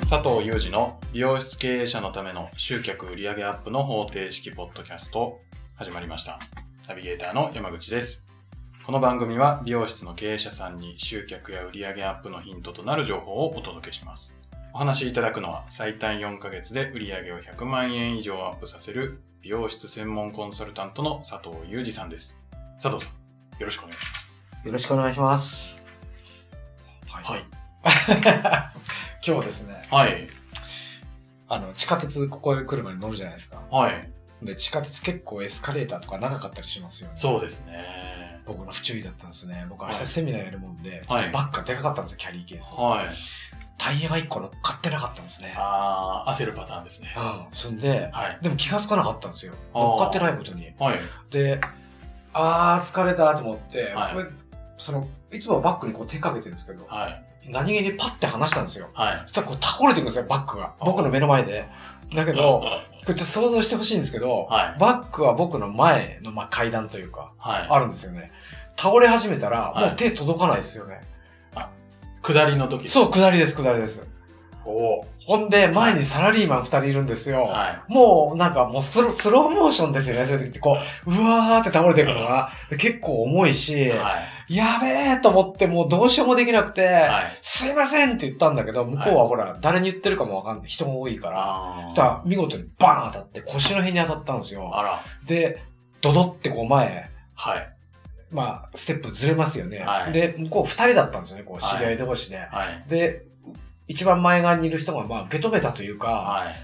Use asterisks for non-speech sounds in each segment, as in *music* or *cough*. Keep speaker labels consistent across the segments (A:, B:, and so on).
A: 佐藤裕二の美容室経営者のための集客売上アップの方程式ポッドキャスト始まりました。ナビゲーターの山口です。この番組は美容室の経営者さんに集客や売上アップのヒントとなる情報をお届けします。お話しいただくのは最短4ヶ月で売上を100万円以上アップさせる美容室専門コンサルタントの佐藤裕二さんです。佐藤さん、よろしくお願いします。
B: よろしくお願いします。
A: はい。
B: 今日はですね、
A: はい。
B: あの、地下鉄、ここへ来るまで乗るじゃないですか。
A: はい。
B: で、地下鉄結構エスカレーターとか長かったりしますよね。
A: そうですね。
B: 僕の不注意だったんですね。僕明
A: は
B: 日
A: い
B: セミナーやるもんで、
A: はい
B: ちょっとバッグがでかかったんですよ、キャリーケース。
A: はい。
B: タイヤが1個の買ってなかったんですね。
A: ああ、焦るパターンですね。
B: うん。そんで、
A: はい。
B: でも気がつかなかったんですよ。
A: あー
B: 乗っかってないことに。
A: はい。
B: で、あー、疲れたと思って、
A: はい
B: これその、いつもはバッグにこう手かけてるんですけど、
A: はい。
B: 何気にパッて離したんですよ。
A: はい
B: そ。したらこう倒れてくんですよ、バッグが。
A: あ
B: 僕の目の前で。だけ
A: は
B: ど、これちょっと想像してほしいんですけど、
A: はい
B: バッグは僕の前のまあ階段というか、
A: い。
B: あるんですよね。倒れ始めたら、
A: はい
B: もう手届かないですよね。
A: 下りの時
B: そう、下りです、下りです。
A: おお。
B: ほんで、前にサラリーマン2人いるんですよ。
A: は
B: もう、なんかもうスロスローモーションですよね、そういう時って。こう、うわーって倒れていくのが、で結構重いし、
A: い。はい。
B: やべーと思って、もうどうしようもできなくて、
A: はい。
B: すいませんって言ったんだけど、向こうはほら、誰に言ってるかもわかんない。人も多いから、
A: あ
B: そし
A: ー
B: たら見事にバーン当たって腰の辺に当たったんですよ。
A: あら。
B: で、ドドってこう前、
A: はい。
B: まあ、ステップずれますよね。
A: はい
B: で、向こう二人だったんですよね、こう
A: はい
B: 知り合い同士で。
A: はい。
B: で、一番前側にいる人がまあ受け止めたというか、
A: はい。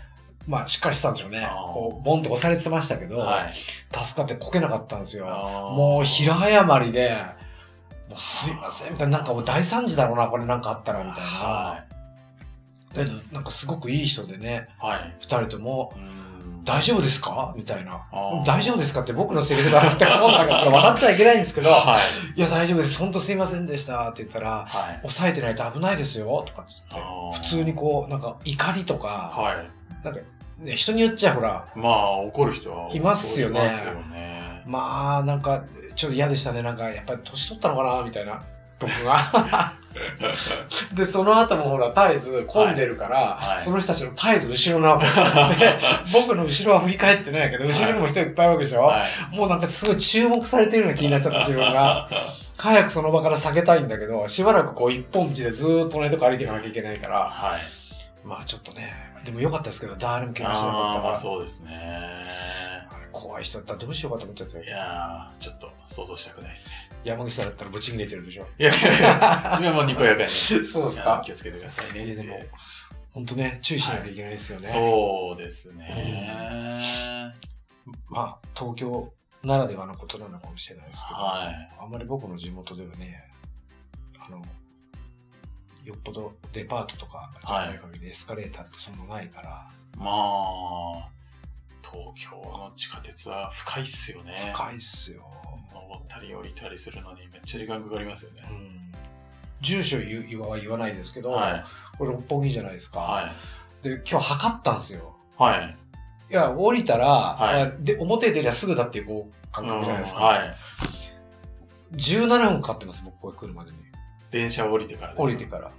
B: まあしっかりしたんでしょうね
A: あ。ー
B: こう、ボンと押されてましたけど、
A: はい。
B: 助かってこけなかったんですよ。も
A: も
B: う平謝りで、もうすいません、みたいな、なんかもう大惨事だろうな、これなんかあったら、みたい
A: は
B: な。で、なんかすごくいい人でね、
A: い。はい。
B: 二人とも、
A: うーん
B: 大丈夫ですかみたいな
A: あー。
B: 大丈夫ですかって僕のセリフだなって思うんだけど、笑っちゃいけないんで
A: *laughs*
B: すけど、
A: はい。
B: いや、大丈夫です。本当すいませんでしたって言った
A: は
B: ら、
A: い。
B: 抑えてないと危ないですよとかっつって、
A: あー
B: 普通にこう、なんか怒りとか、
A: はい。
B: ね、人によっちゃほら、
A: まあ、怒る人は。
B: いますよね
A: いますよね。
B: まあ、なんか、ちょっと嫌でしたね。なんか、やっぱり年取ったのかなみたいな、僕
A: *laughs*
B: が。で、その後もほら、絶えず混んでるから、
A: はいはい
B: その人たちの絶えず後ろな
A: *laughs*
B: わけ。で僕の後ろは振り返ってないけど、後ろにも人いっぱいいるわけでしょ、
A: はい。
B: もうなんかすごい注目されてるような気になっちゃった自分が。早くその場から避けたいんだけど、しばらくこう一本道でずーっと同じとこ歩いていかなきゃいけないから、
A: はい。
B: まあちょっとね、でも良かったですけど、誰も怪我しなかっ
A: あ
B: た
A: ーまあ、
B: か
A: そうですね。
B: ら、あれ怖い人だったらどうしようかと思っちゃっ
A: い
B: て、
A: やー、ちょっと想像したくないですね。
B: 山口さんだったらぶち切れてるでしょ。
A: いやいやい *laughs* や、今もうにこやかに。
B: そうです
A: いや
B: か。
A: 気をつけてくださいね
B: いやでも本当ね、注意しなきゃいけないですよね。
A: そうですね。
B: まあ、東京ならではのことなのかもしれないですけど、
A: はい。
B: あんまり僕の地元ではね、あの、よっぽどデパートとかじゃない限りエスカレーターってそんなないから、
A: まあ、東京の地下鉄は深いっすよね。
B: 深いっすよ。
A: 登ったり降りたりするのにめっちゃ時間かかりますよね
B: う。ん。住所言う言わは言わないですけど、
A: はい。
B: これ六本木じゃないですか。
A: はい。
B: で、今日測ったんですよ。
A: はい。
B: いや、降りたら、
A: い
B: あで表出りゃすぐだっていうこう感覚じゃないですか。
A: うんはい。
B: 17分かかってます、僕、ここへ来るまでに。
A: 電車降りてからです
B: 降りてから。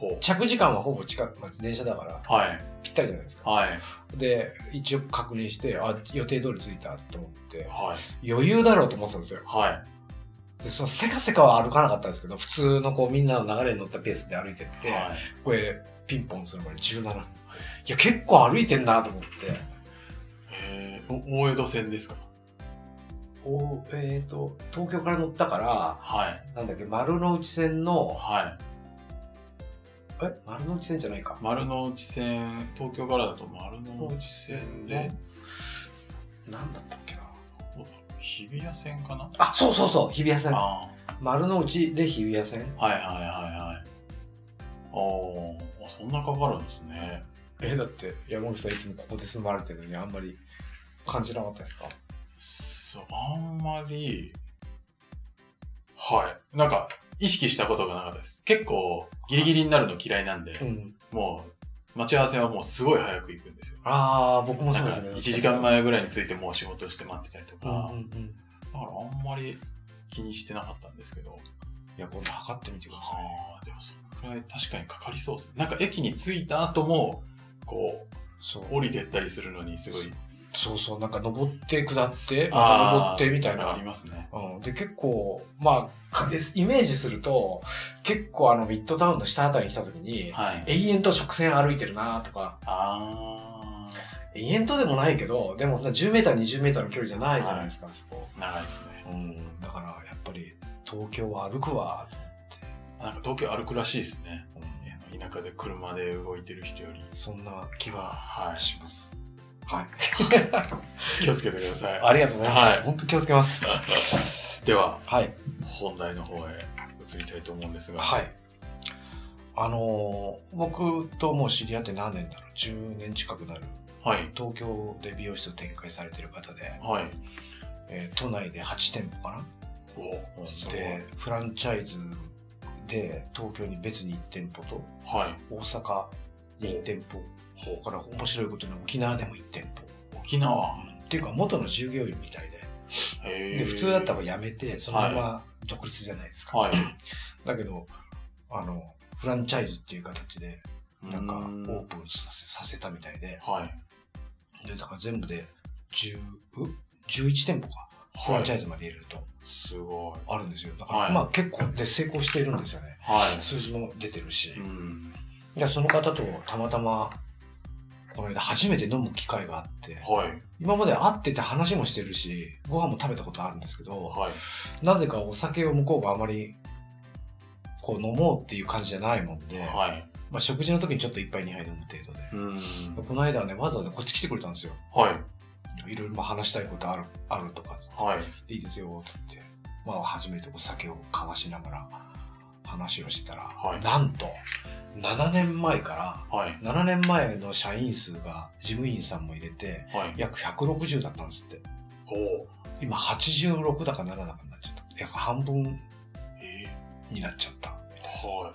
A: ほ
B: 着時間はほぼ近く、まあ、電車だから、
A: う。はい。
B: ぴったりじゃないですか。
A: はい。
B: で、一応確認して、あ、予定通り着いたと思って、
A: はい。
B: 余裕だろうと思ってたんですよ。
A: はい。
B: で、そのせかせかは歩かなかったんですけど、普通のこう、みんなの流れに乗ったペースで歩いてって、
A: はい
B: これ、ピンポンするまで17分。いや、結構歩いてんなと思って、
A: えーお大江戸線ですか
B: おえっ、と、東京から乗ったから、
A: はい。
B: なんだっけ、丸の内線の、
A: はい。
B: え丸の内線じゃないか。
A: 丸の内線、東京からだと丸の内線で、
B: なんだったっけな。
A: 日比谷線かな
B: あ、そうそうそう、日比谷線。
A: あ
B: 丸の内で日比谷線。
A: ーはいはいはいはい。あーあ、そんなかかるんですね。
B: え、だって山口さんいつもここで住まれてるのにあんまり感じなかったですか
A: そう、あんまり、はい。なんか、意識したことがなかったです。結構、ギリギリになるの嫌いなんで、
B: ん。
A: もう、待ち合わせはもうすごい早く行くんですよ。
B: ああ、僕もそうです
A: な
B: ね。
A: ん
B: *laughs*
A: か1時間前ぐらいについてもう仕事して待ってたりと
B: うんうん
A: か、
B: うん。
A: だからあんまり気にしてなかったんですけど、
B: いや、今度測ってみてください。
A: ああ、でもそんくらい確かにかかりそうですね。なんか駅に着いた後も、こ
B: そう
A: う、降りてったりするのにすごい、
B: そうそうなんか登って下ってまた登ってみたい
A: あー
B: な
A: ありますね。
B: うん、で結構まあかイメージすると結構あのミッドタウンの下あたりに来た時に、
A: はい。
B: 永遠と直線歩いてるなとか
A: あ
B: 永遠とでもないけどでもそんな 10m20m の距離じゃないじゃないですか、そこ、
A: ー、長いですね。
B: うん、だからやっぱり東京は歩くわと
A: なんか東京歩くらしいですね。
B: 思って、
A: 田舎で車で動いてる人より。
B: そんな気は
A: は
B: しますはい、
A: い。気をつけてください。
B: *laughs* ありがとうございます、
A: は
B: 本当気をつけます
A: では、
B: はい
A: 本題の方へ移りたいと思うんですが。
B: はいあのー僕ともう知り合って何年だろう10年近くなる
A: はい。
B: 東京で美容室を展開されてる方で、
A: はい。
B: えー都内で8店舗か
A: お
B: なでフランチャイズで東京に別に1店舗と
A: は
B: 大阪に1店舗
A: い。ほ
B: だから面白いことに沖縄でも1店
A: う沖縄
B: 舗、。うんっていうか元の従業員みたいで
A: へ
B: で
A: ー
B: 普通だったら辞めてそのまま独立じゃないですか、
A: はい。
B: だけどあのフランチャイズっていう形でなんかオ
A: う
B: ー
A: ん
B: プンさせさせたみたいで
A: はい。
B: でだから全部で10 11店舗かフランチャイズまで入れると
A: すごい。
B: あるんですよだから、
A: はい
B: まあ結構で成功しているんですよね
A: はい。
B: 数字も出てるし、
A: うん。
B: でその方とたまたまこの間初めて飲む機会があって
A: はい。
B: 今まで会ってて話もしてるしご飯も食べたことあるんですけど
A: はい。
B: なぜかお酒を向こうがあまりこう飲もうっていう感じじゃないもんで、
A: はい。
B: まあ、食事の時にちょっと一杯二杯飲む程度で、
A: うん。
B: この間はねわざわざこっち来てくれたんですよ
A: はい。
B: いろいろまあ話したいことあるあるとかつって
A: はい。
B: いいですよ、つって。まあ、初めてお酒を交わしながら話をしてたら、
A: はい
B: なんと、7年前か
A: はい。
B: ら、7年前の社員数が事務員さんも入れて、
A: はい。
B: 約160だったんですって。
A: ほう。
B: 今、86だか7だかになっちゃった。約半分
A: え
B: になっちゃった。
A: ー、はい。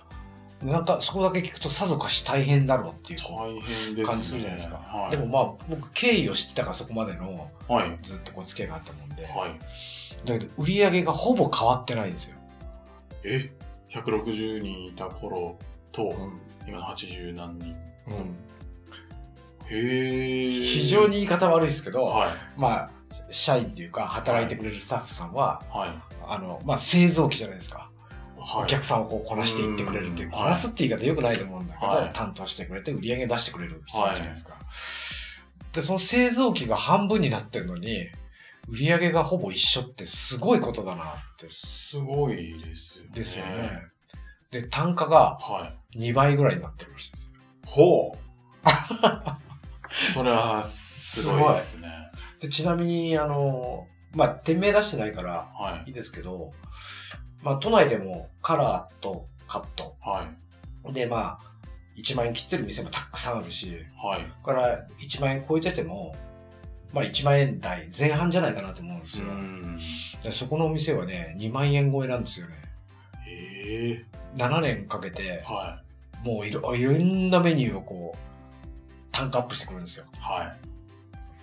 B: なんか、そこだけ聞くとさぞかし大変だろうっていうこ
A: 大変です
B: う
A: ね。
B: 感じするじゃないですか。
A: はい。
B: でもまあ、僕、経緯を知ってたから、そこまでの、
A: はい。
B: ずっとこう、付き合いがあったもんで。
A: はい。
B: だけど、売り上げがほぼ変わってないんですよ。
A: え ?160 人いた頃と、今の80何人。
B: うん。
A: へー。
B: 非常に言い方悪いですけど、
A: はい。
B: まあ社員っていうか働いてくれるスタッフさんは、
A: はい。
B: あのまあ、製造機じゃないですか、
A: はい。
B: お客さんをこうこなしていってくれるっていう
A: うん
B: こなすって言い方よくないと思うんだけど、
A: はい
B: 担当してくれて売り上げ出してくれる人じゃないですか、でその製造機が半分になってるのに売り上げがほぼ一緒ってすごいことだなって
A: すごいですよね。
B: ですよね、で単価が
A: はい。
B: 2倍ぐらいになってるらしいですよ
A: *laughs* ほうそれはすごいですね。
B: でちなみにあのまあ店名出してないから
A: はいい。
B: いですけど、まあ、都内でもカラーとカット
A: はい。
B: でまあ1万円切ってる店もたくさんあるし
A: はい。
B: だから1万円超えてても、まあ、1万円台前半じゃないかなと思うんですよ、
A: ん。
B: でそこのお店はね2万円超えなんですよね
A: え
B: 7年かけて
A: えは
B: もういろいろんなメニューをこうタンクアップしてくるんですよ
A: い。はい。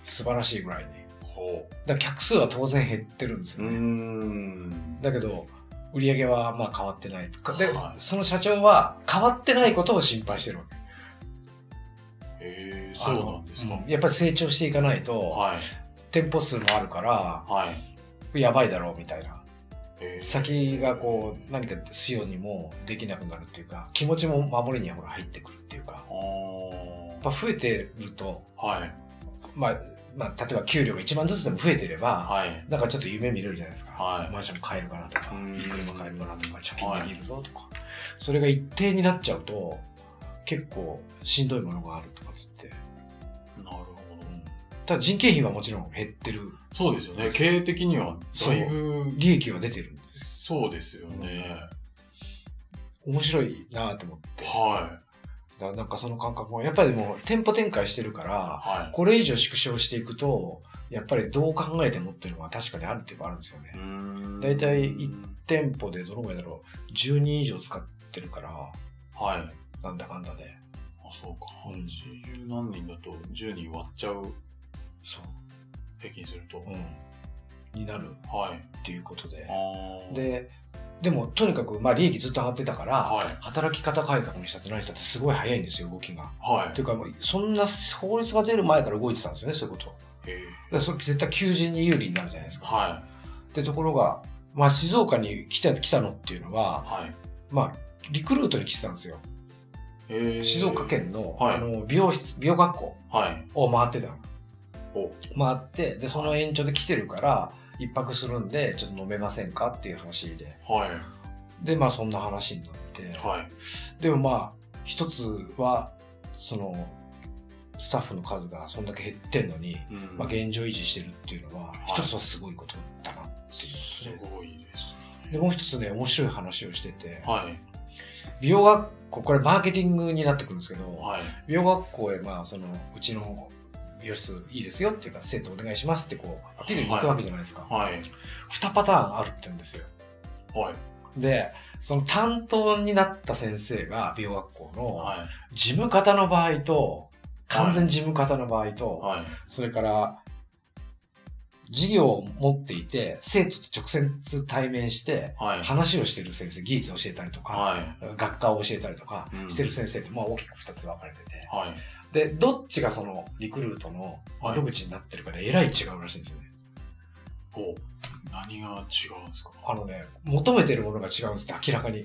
B: 素晴らしいぐらいに
A: ほ
B: だから客数は当然減ってるんです
A: う。
B: よね、
A: ん。
B: だけど売り上げはまあ変わってないで、
A: はい
B: その社長は変わってないことを心配してるわけ
A: ええそうなんですか
B: あの。うんやっぱり成長していかないと、
A: はい。
B: 店舗数もあるから
A: はい。
B: やばいだろうみたいな
A: ええ
B: 先がこう何かしようにもできなくなるっていうか気持ちも守りにほら入ってくるっていうかやっぱ増えてると、
A: あーはい。
B: まあ、まあ例えば給料が1万ずつでも増えてれば、
A: はい。
B: なんかちょっと夢見れるじゃないですか、
A: はい
B: マンション買えるかなとか
A: うん
B: いい車買えるかなとか貯金できるぞとか、それが一定になっちゃうと結構しんどいものがあるとかっつって
A: なるほど。
B: ただ人件費はもちろん減ってる
A: そうですよね。経営的にはだいぶ、
B: 利益は出てるんですよ
A: そうですよね。
B: 面白いなと思って
A: は
B: だからなんかその感覚もやっぱりもう店舗展開してるか
A: い。
B: ら
A: は
B: これ以上縮小していくとやっぱりどう考えてもっていうのは確かにあるっていうのはあるんですよね
A: い。うん
B: 大体い店舗でどのぐらいだろう10人以上使ってるから
A: はい。
B: なんだかんだで
A: あ、そうか。
B: うん
A: 80何人だと10人割っちゃう、
B: そう
A: 平均すると。
B: うん、になる
A: はい。
B: っていうことで
A: あー
B: ででも、とにかく、まあ、利益ずっと上がってたから、
A: はい
B: 働き方改革にしたって何したってすごい早いんですよ、動きが。
A: は
B: というか、もうそんな法律が出る前から動いてたんですよね、そういうこと。だか
A: い。え
B: らそれ絶対求人に有利になるじゃないです
A: ー、
B: か。
A: は
B: で、ところが、まあ、静岡に来た来たのっていうの
A: い。
B: は、
A: はい。
B: まあ、リクルートに来てたんですよ。
A: えー
B: 静岡。県の,、
A: はい
B: あの美容室、美容学校
A: はい。
B: を回ってたの。
A: お
B: 回って、で、その延長で来てるから、一泊するんで、ちょっと飲めませんかっていう話で。
A: はい。
B: で、まあ、そんな話になって。
A: はい。
B: でもまあ一つはそのスタッフの数がそんだけ減ってんのに、
A: うん
B: まあ、現状維持してるっていうのは
A: はい
B: 一つはすごいことだなって
A: す
B: いうの
A: ごいです
B: ででもう一つね面白い話をしてて
A: ね。はい。
B: 美容学校これマーケティングになってくるんですけど
A: はい。
B: 美容学校へまあそのうちの美容室いいですよっていうか生徒お願いしますってこうアピールに行くわけじゃないですか、
A: はい。
B: 2パターンあるって言うんですよ
A: はい。
B: でその担当になった先生が美容学校の、
A: はい。
B: 事務方の場合と、完全事務方の場合と、
A: はい。
B: それから、事業を持っていて、生徒と直接対面して、
A: はい。
B: 話をしてる先生、技術を教えたりとか、
A: はい。
B: 学科を教えたりとか
A: うん
B: してる先生って、まあ大きく2つ分かれてて、
A: はい。
B: で、どっちがそのリクルートの窓口になってるかで、えらい違うらしいんですよね。
A: お何が違うんですか
B: あのね、求めてるものが違うんですって、明らかに。で、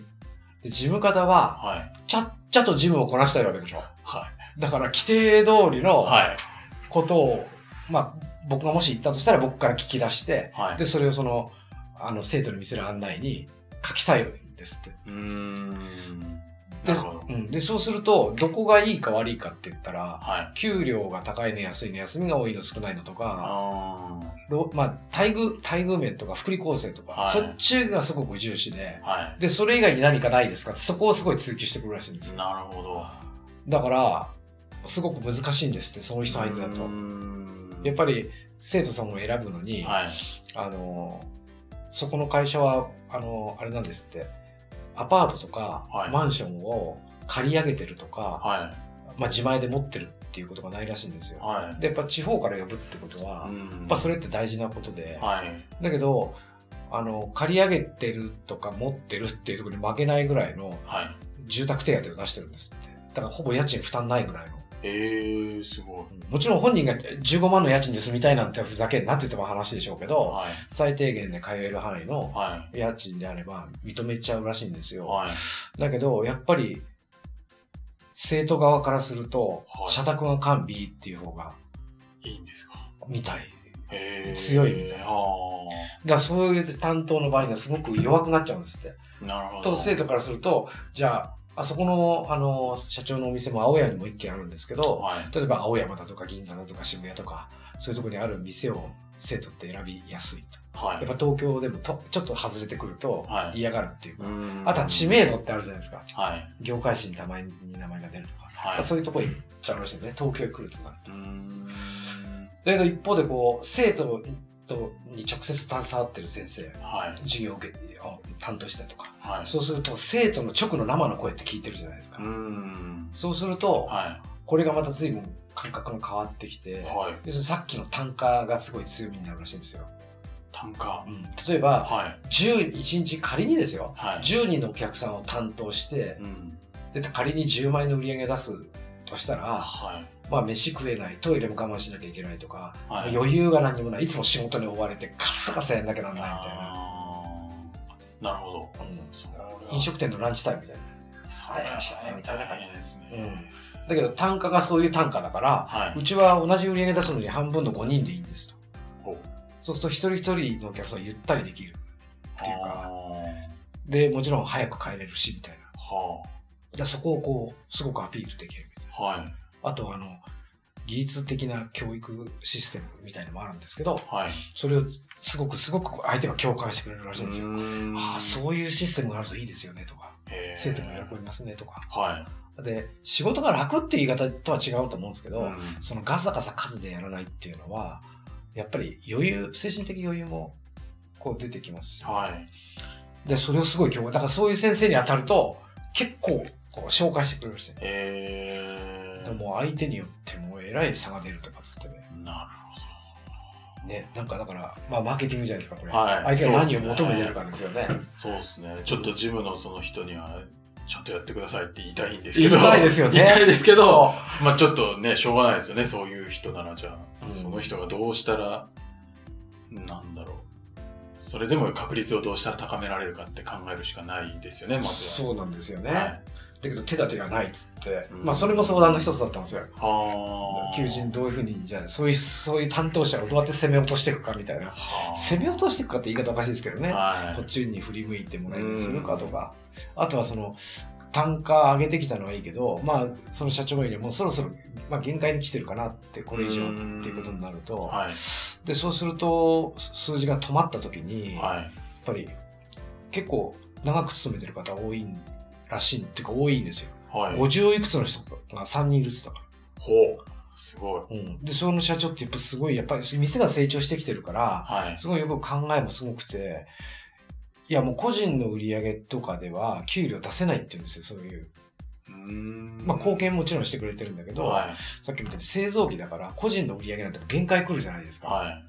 B: 事務方は、
A: はい。
B: ちゃっちゃと事務をこなしたいわけでしょ。
A: は
B: だから、規定通りの、
A: い。はい。
B: ことを、まあ、僕がもし言ったとしたら僕から聞き出して、
A: はい。
B: で、それをその、あの、生徒に見せる案内に書きたいんですって。
A: うーん。
B: で
A: なるほど。
B: うん、で、そうすると、どこがいいか悪いかって言ったら、
A: はい。
B: 給料が高いの安いの休みが多いの少ないのとか、
A: あ
B: どまあ、待遇、待遇面とか福利厚生とか、
A: はい
B: そっちがすごく重視で、
A: ーは
B: で、それ以外に何かないですかってそこをすごい追求してくるらしいんです
A: い。
B: よ
A: なるほど。
B: だから、すごく難しいんですって、そういう人相手だと。やっぱり、生徒さんを選ぶのに、
A: りはい。
B: あのそこの会社はあのあれなんですってアパートとか、
A: はい
B: マンションを借り上げてるとか、
A: は
B: まあ、自前で持ってるっていうことがないらしいんです
A: い。
B: よ。
A: はい。
B: でやっぱ地方から呼ぶってことは、やっ
A: や
B: ぱそれって大事なことで、
A: はい。
B: だけどあの借り上げてるとか持ってるっていうところに負けないぐらいの
A: はい。
B: 住宅手当を出してるんですってだからほぼ家賃負担ないぐらいの。
A: えー、すごい。
B: うんもちろん本人が15万の家賃で住みたいなんてふざけんなって言っても話でしょうけど、
A: はい。
B: 最低限で通える範囲の
A: は
B: 家賃であれば認めちゃうらしいんです
A: い。
B: よ。
A: はい。
B: だけど、やっぱり、生徒側からすると
A: は、い
B: 社宅が完備っていう方が、
A: いいんですか
B: みたい。
A: えー。
B: 強いみたいな
A: あ
B: だからそういう担当の場合にはすごく弱くなっちゃうんですって。
A: ーなるほど。
B: と、生徒からすると、じゃあ、あそこの、あの、社長のお店も青山にも一軒あるんですけど、
A: はい。
B: 例えば青山だとか銀座だとか渋谷とか、そういうところにある店を生徒って選びやすいと。
A: は
B: や
A: い
B: っ。ぱ東京でもとちょっと外れてくると
A: はい
B: 嫌がるっていうか、
A: うん
B: あとは知。名度ってあるじゃないですか。
A: はい。
B: 業界誌に名前に名前が出るとか、
A: はい。
B: そういうとこ行っちゃうらしいよね、東京へ来るとか。
A: うーん
B: だけど一方でこう、生徒に直接携わってる先生、
A: はい。
B: 授業を受けを担当したりとか、
A: はい。
B: そうすると生徒の直の生の声って聞いてるじゃないですか。
A: うーん。
B: そうすると、
A: は
B: これがまた随分感覚が変わってき
A: い。
B: て、
A: はい。
B: 要するにさっきの単価がすごい強みになるらしいんですよ。
A: 単価
B: う。ん例えば、
A: はい。
B: 10、1日仮にですよ、
A: はい。
B: 10人のお客さんを担当して、
A: うん。
B: で仮に10万円の売り上げ出すとしたら、
A: はい。
B: まあ飯食えない、トイレも我慢しなきゃいけないとか、
A: はい。
B: 余裕が何にもない、いつも仕事に追われてカッサカサやんなきゃなんない
A: あーなるほど。
B: みたいな。
A: そ
B: うん飲食店のランチタイムみたい
A: それは大変ですね。
B: な。うん。だけど単価がそういう単価だから、
A: は
B: う
A: い。
B: ちは同じ売り上げ出すのに半分の5人でいいんですと
A: ほう。
B: そうすると一人一人のお客さんをゆったりできる。っていうか
A: あ
B: で、もちろん早く帰れるし、みたいな。
A: ーは
B: でそこをこう、すごくアピールできるみたい
A: あ。はい。
B: な。あとはあの、技術的な教育システムみたいのもあるんですけど、
A: はい。
B: それをすごくすごく相手が共感してくれるらしいんですよ。ああ、
A: う
B: そういうシステムがあるといいですよねとか、
A: ーん。へー
B: 生徒も喜びますねとか。
A: は
B: で、仕事が楽っていう言い方とは違うと思うんですけ
A: い。
B: ど、そのガサガサ数でやらないっていうのは、やっぱり余裕、精神的余裕もこう出てきますし。
A: はい。
B: で、それをすごい共感。だからそういう先生に当たると、結構こう紹介してくれるし、ね、
A: え
B: で
A: ー。
B: も相手によってもうえらい差が出るとかっつってね。
A: なる
B: ね、なんかだから、まあ、マーケティングじゃないですか、これ。
A: はい
B: 相手が何を求めてるかですよね。
A: そうですね。ちょっとジムのその人には、ちょっとやってくださいって言いたいんです
B: 言
A: け
B: い
A: ど。
B: たいですよね。
A: 言いたいですけど、
B: そ
A: *laughs* まあちょっとね、しょうがないですよね。そういう人ならじゃあ、
B: うん
A: その人がどうしたら、なんだろう。それでも確率をどうしたら高められるかって考えるしかないですよね、ま
B: う。
A: ずは。
B: そうなんですよね。
A: はい。
B: だけど手立てがないっつって、
A: うん
B: まあそれも相談の一つだったんですよ。
A: はあ。
B: 求人どういうふうにじゃあそういうそういう担当者をどうやって攻め落としていくかみたいな
A: はあ。
B: 攻め落としていくかって言い方おかしいですけどね、
A: は
B: こっ
A: い。
B: ちに振り向いてもらえるようにするかとか、あとはその単価上げてきたのはいいけどまあその社長が言うにはもうそろそろ、まあ、限界に来てるかなってこれ以上
A: うん
B: っていうことになると、
A: はい。
B: でそうすると数字が止まった時に、やっ
A: はい。
B: ぱり結構長く勤めてる方多いらしいっていうか多いんですよ、
A: はい。
B: 50いくつの人が3人いるっつったから。
A: ほう。すごい。
B: でその社長ってやっぱすごいやっぱり店が成長してきてるから
A: はい。
B: すごいよく考えもすごくていやもう個人の売り上げとかでは給料出せないって言うんですよそういう、
A: うーん
B: まあ、貢献もちろんしてくれてるんだけど、
A: はい。
B: さっきみたいに製造機だから個人の売り上げなんて限界来るじゃないですか、
A: はい。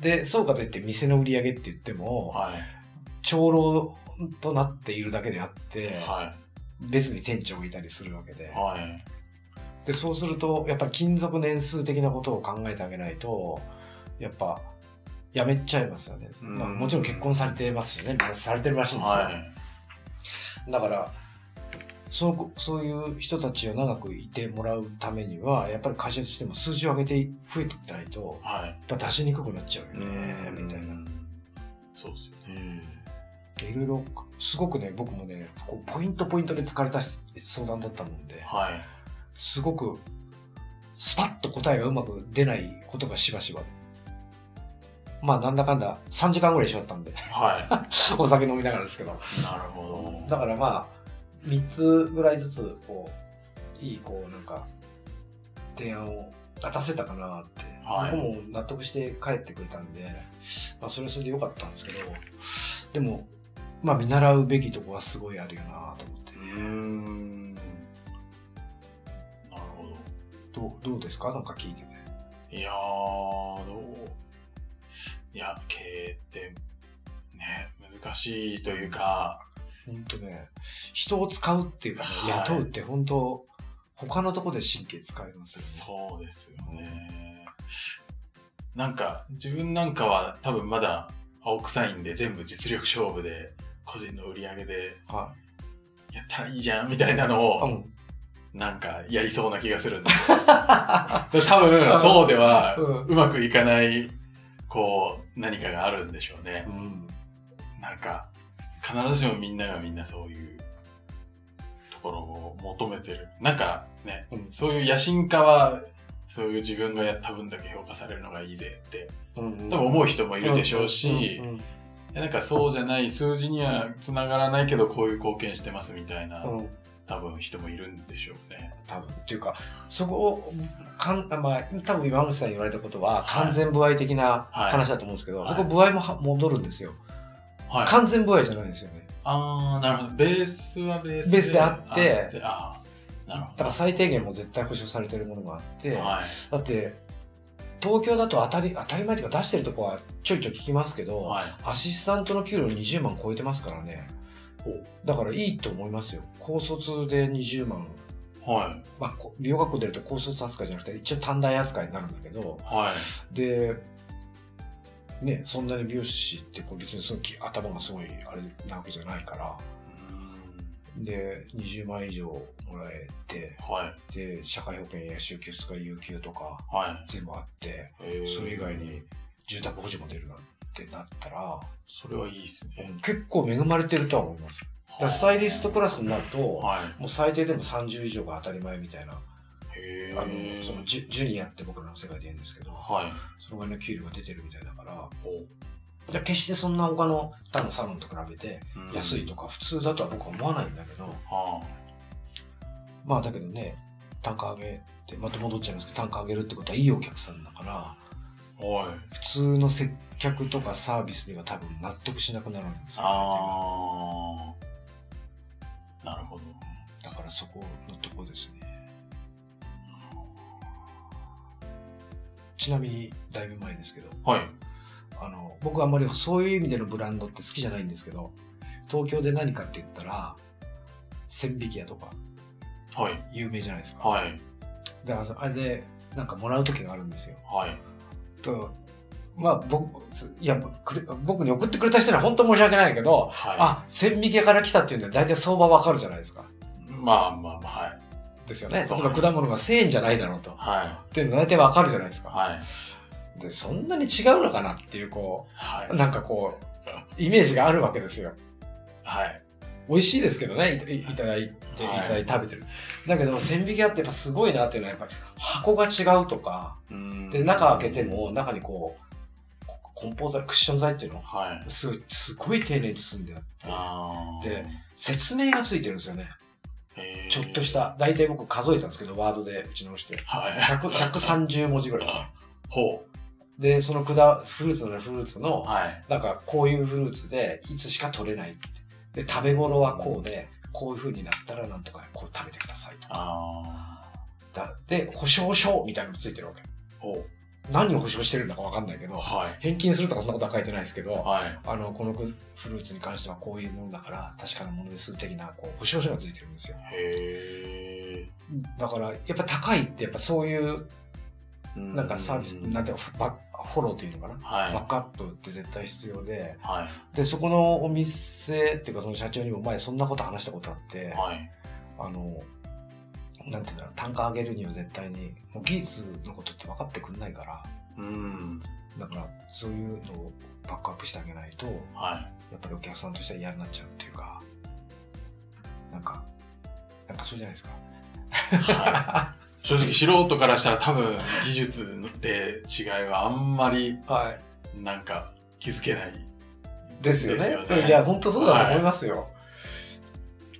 B: でそうかといって店の売り上げって言っても
A: はい。
B: 長老となっているだけであって、
A: は
B: 別に店長がいたりするわけで
A: い。はい。
B: でそうするとやっぱり勤続年数的なことを考えてあげないとやっぱやめちゃいますよね、
A: うん
B: まあ、もちろん結婚されてますしね皆さんされてるらしいんですよ、
A: はい。
B: だからそうそういう人たちを長くいてもらうためにはやっぱり会社としても数字を上げて増えていってないと
A: はい。
B: やっぱ出しにくくなっちゃうよね
A: ね
B: みたいな。
A: そうですよね。
B: でいろいろすごくね僕もねこうポイントポイントで疲れたし相談だったもんで
A: はい。
B: すごくスパッと答えがうまく出ないことがしばしば。まあなんだかんだ3時間ぐらい一緒だったんで、 *laughs*
A: は
B: お酒飲みながらですけど。
A: い。なるほ
B: だからまあ、3つぐらいずつ、こう、いい、こう、なんか、提案を出せたかなって、
A: はい
B: 僕も納得して帰ってくれたんで、まあそれはそれでよかったんですけど、でも、まあ見習うべきとこはすごいあるよなと思って
A: ど。う。ーん。なるほ
B: どう、どうですかなんか聞いてて。
A: ど。いやー、どういや、経営って、ね、難しいというか、
B: 本当ね、人を使うっていうかね、
A: はい
B: 雇うって本当、他のとこで神経使いますよね。
A: そうですよね。なんか、自分なんかは多分まだ青臭いんで、全部実力勝負で、個人の売り上げで
B: は
A: やったらいいじゃんみたいなの
B: い。う
A: を、
B: ん。
A: なんかやりそうな気がするんで。多分、そうではうまくいかない、こう、何かがあるんでしょうね
B: う。ん。
A: なんか、必ずしもみんながみんなそういうところを求めてる。なんかね、
B: うん
A: そういう野心家は、そういう自分がやった分だけ評価されるのがいいぜって、
B: うん。
A: 多分思う人もい
B: い
A: るでしょうし
B: うん、うん
A: なんかそうじゃない、数字にはつながらないけど、こういう貢献してますみたいな、
B: うんうん
A: 多分人もいるんでしょうね。
B: 多分っていうか、そこを、かんまあ、多分今口さんに言われたことは、
A: はい
B: 完全不合的な
A: はい
B: 話だと思うんですけど、
A: はい
B: そこ不合もは戻るんですよ。
A: はい。
B: 完全不合じゃないんですよね。
A: ああ、なるほど。ベースはベース
B: ベースであって
A: ああ、なる
B: だから最低限も絶対保証されてるものがあっ
A: ほ
B: て、
A: ど。はい。
B: だって、東京だと当たり、当たり前というか出してるとこはちょいちょい聞きますけど、
A: はい。
B: アシスタントの給料20万超えてますからね。だからいいと思いますよ。高卒で20万。
A: はい。
B: まあ、こ美容学校出ると高卒扱いじゃなくて、一応短大扱いになるんだけど、
A: はい。
B: で、ね、そんなに美容師ってこう別にそのき頭がすごいあれなわけじゃないから、で、20万以上もらえて、
A: はい。
B: で、社会保険や週休2日有給とか
A: はい。
B: 全部あって、
A: えー
B: それ以外に。住宅保持も出るなんてなったら、
A: それはいいですね。
B: 結構恵まれてるとは思います。だからスタイリストクラスになると、
A: は
B: もう最低でも30以上が当たり前みたいな、
A: い。へ
B: あのそのジュジュニアって僕らの世界で言うんですけど、
A: はい。
B: そのぐらいの給料が出てるみたいだから、
A: ほ
B: だから決してそんな他の他のサロンと比べて
A: う
B: 安い。とか普通だとは僕は思わないんだけど、
A: は
B: まあだけどね、単価上げて、また戻っちゃいますけど、単価上げるってことはいいお客さんだから、
A: い。はい。
B: 普通の接客とかサービスでは多分納得しなくなるんですよ、ね。
A: ああ。なるほど。
B: だからそこのとこですね。ちなみにだいぶ前ですけど、
A: はい。
B: あの僕あんまりそういう意味でのブランドって好きじゃないんですけど東京で何かって言ったら千匹屋とか
A: はい。
B: 有名じゃないですか、
A: はい。
B: だからあれでなんかもらう時があるんですよ
A: はい。
B: とまあ僕いやくれ僕に送ってくれた人には本当申し訳ないけど
A: はい。
B: あ千匹屋から来たっていうのは大体相場わかるじゃないですか
A: まあまあまあ、はい。
B: ですよね
A: そう
B: 例えば果物が1000円じゃないだろうとっ
A: は
B: ていうの大体わかるじゃないです
A: い。
B: か
A: はい。
B: でそんなに違うのかなっていうこ
A: は
B: う
A: い。
B: なんかこうイメージがあるわけですよ
A: はい。
B: 美味しいですけどねいたいただいて、
A: はい
B: い、ただいて食べてるだけど千匹屋ってやっぱすごいなっていうのはやっぱり箱が違うとか
A: うん
B: で中開けて。も中にこうこ梱包材クッション材っていうの
A: はい。
B: すごいすごい丁寧に包んであって
A: あー
B: で、説明がついてるんですよね
A: へー
B: ちょっとし。た大体僕数えたんですけどワードで打ち直して
A: はい。
B: 100 130文字ぐらいですね
A: ほ
B: でその果フルーツならフルーツ
A: う。
B: の
A: はい。
B: なんかこういうフルーツでいつしか取れないってで食べ頃はこうでこういう風になったらなんとかこう食べてくださいとか
A: あ
B: だで保証書みたいなのついてるわけ
A: ーほ
B: 何を保証してるんだかわかんないけ
A: う。
B: ど
A: はい。
B: 返金するとかそんなことは書いてないですけど
A: はい。
B: あのこのフルーツに関してはこういうものだから確かなものです的なこう保証書がついてるんですよ
A: へ
B: だからやっぱ高いってやっぱそういう
A: え。
B: なんかサービスなんていうのバッフォローというのかな
A: はい。
B: バックアップって絶対必要で
A: は
B: でそこのお店っていうかその社長にも前そんなこと話したことあって、
A: い。はい。
B: あのなんていうんだろう単価上げるには絶対にもう技術のことって分かってくんないから
A: うん。
B: だからそういうのをバックアップしてあげないとや
A: はい。
B: っぱりお客さんとしては嫌になっちゃうっていうかなんかなんかそうじゃないですか
A: はい。 *laughs* 正直素人からしたら多分技術で違いはあんまり
B: はい
A: なんか気づけない。
B: ですよね
A: ですよね
B: うんいや本当そうだと思いますよ、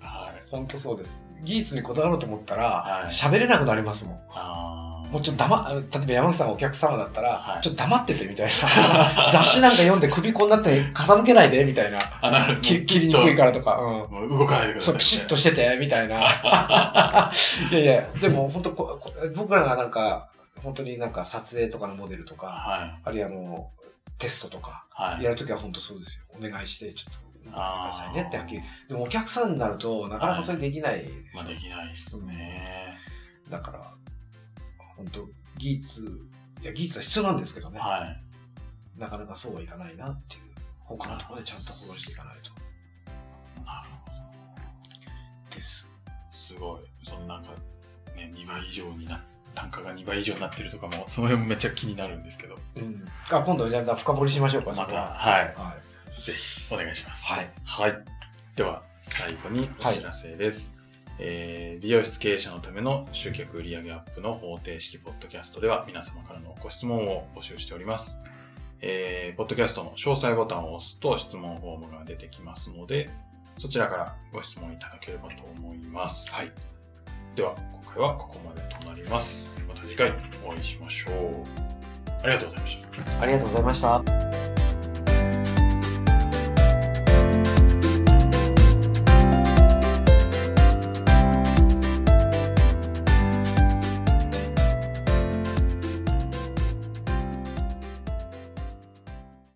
A: はい。
B: 本当そうです技術にこだわろうと思った
A: はい
B: ら喋、れなくなりますもん
A: あー
B: もうちょっと黙例えば山口さんがお客様だったら、
A: はい
B: ちょっと黙っててみたいな雑誌なんか読んで首こんなって傾けないでみ
A: *laughs*
B: たいな
A: あ、なるほど。
B: き切りにくいからとか、う
A: もう動かないでく
B: ん、
A: だ
B: そ
A: さい、
B: う
A: ね。
B: ピシッとしててみたいな
A: *laughs*
B: いやいやでも本当ここ僕らがなんか本当になんか撮影とかのモデルとか
A: はい。
B: あるいはもうテストとか
A: はい。
B: やるときは本当そうですよお願いしてちょっとく
A: あー
B: ださいねってはっきりでもお客さんになるとなかなかそれできない、
A: まあ、できないですね。
B: だから本当技術いや技術は必要なんですけどね、
A: はい。
B: なかなかそうはいかないなっていう他のところでちゃんとフォローしていかないと
A: なるほど。
B: です
A: すごい。そのなんか、ね、2倍以上にな、単価が2倍以上になってるとかも、その辺もめっちゃ気になるんですけど、
B: うん、あ今度じゃあ深掘りしましょうか
A: ま
B: そ
A: た、
B: こは
A: はい。
B: はい
A: ぜひお願いします。
B: はい。
A: はい。では、最後にお知らせです。えー美容室経営者のための集客売上アップの方程式ポッドキャストでは皆様からのご質問を募集しております。えーポッドキャストの詳細ボタンを押すと質問フォームが出てきますので、そちらからご質問いただければと思います。
B: はい。
A: では、今回はここまでとなります。また次回お会いしましょう。ありがとうございました。
B: ありがとうございました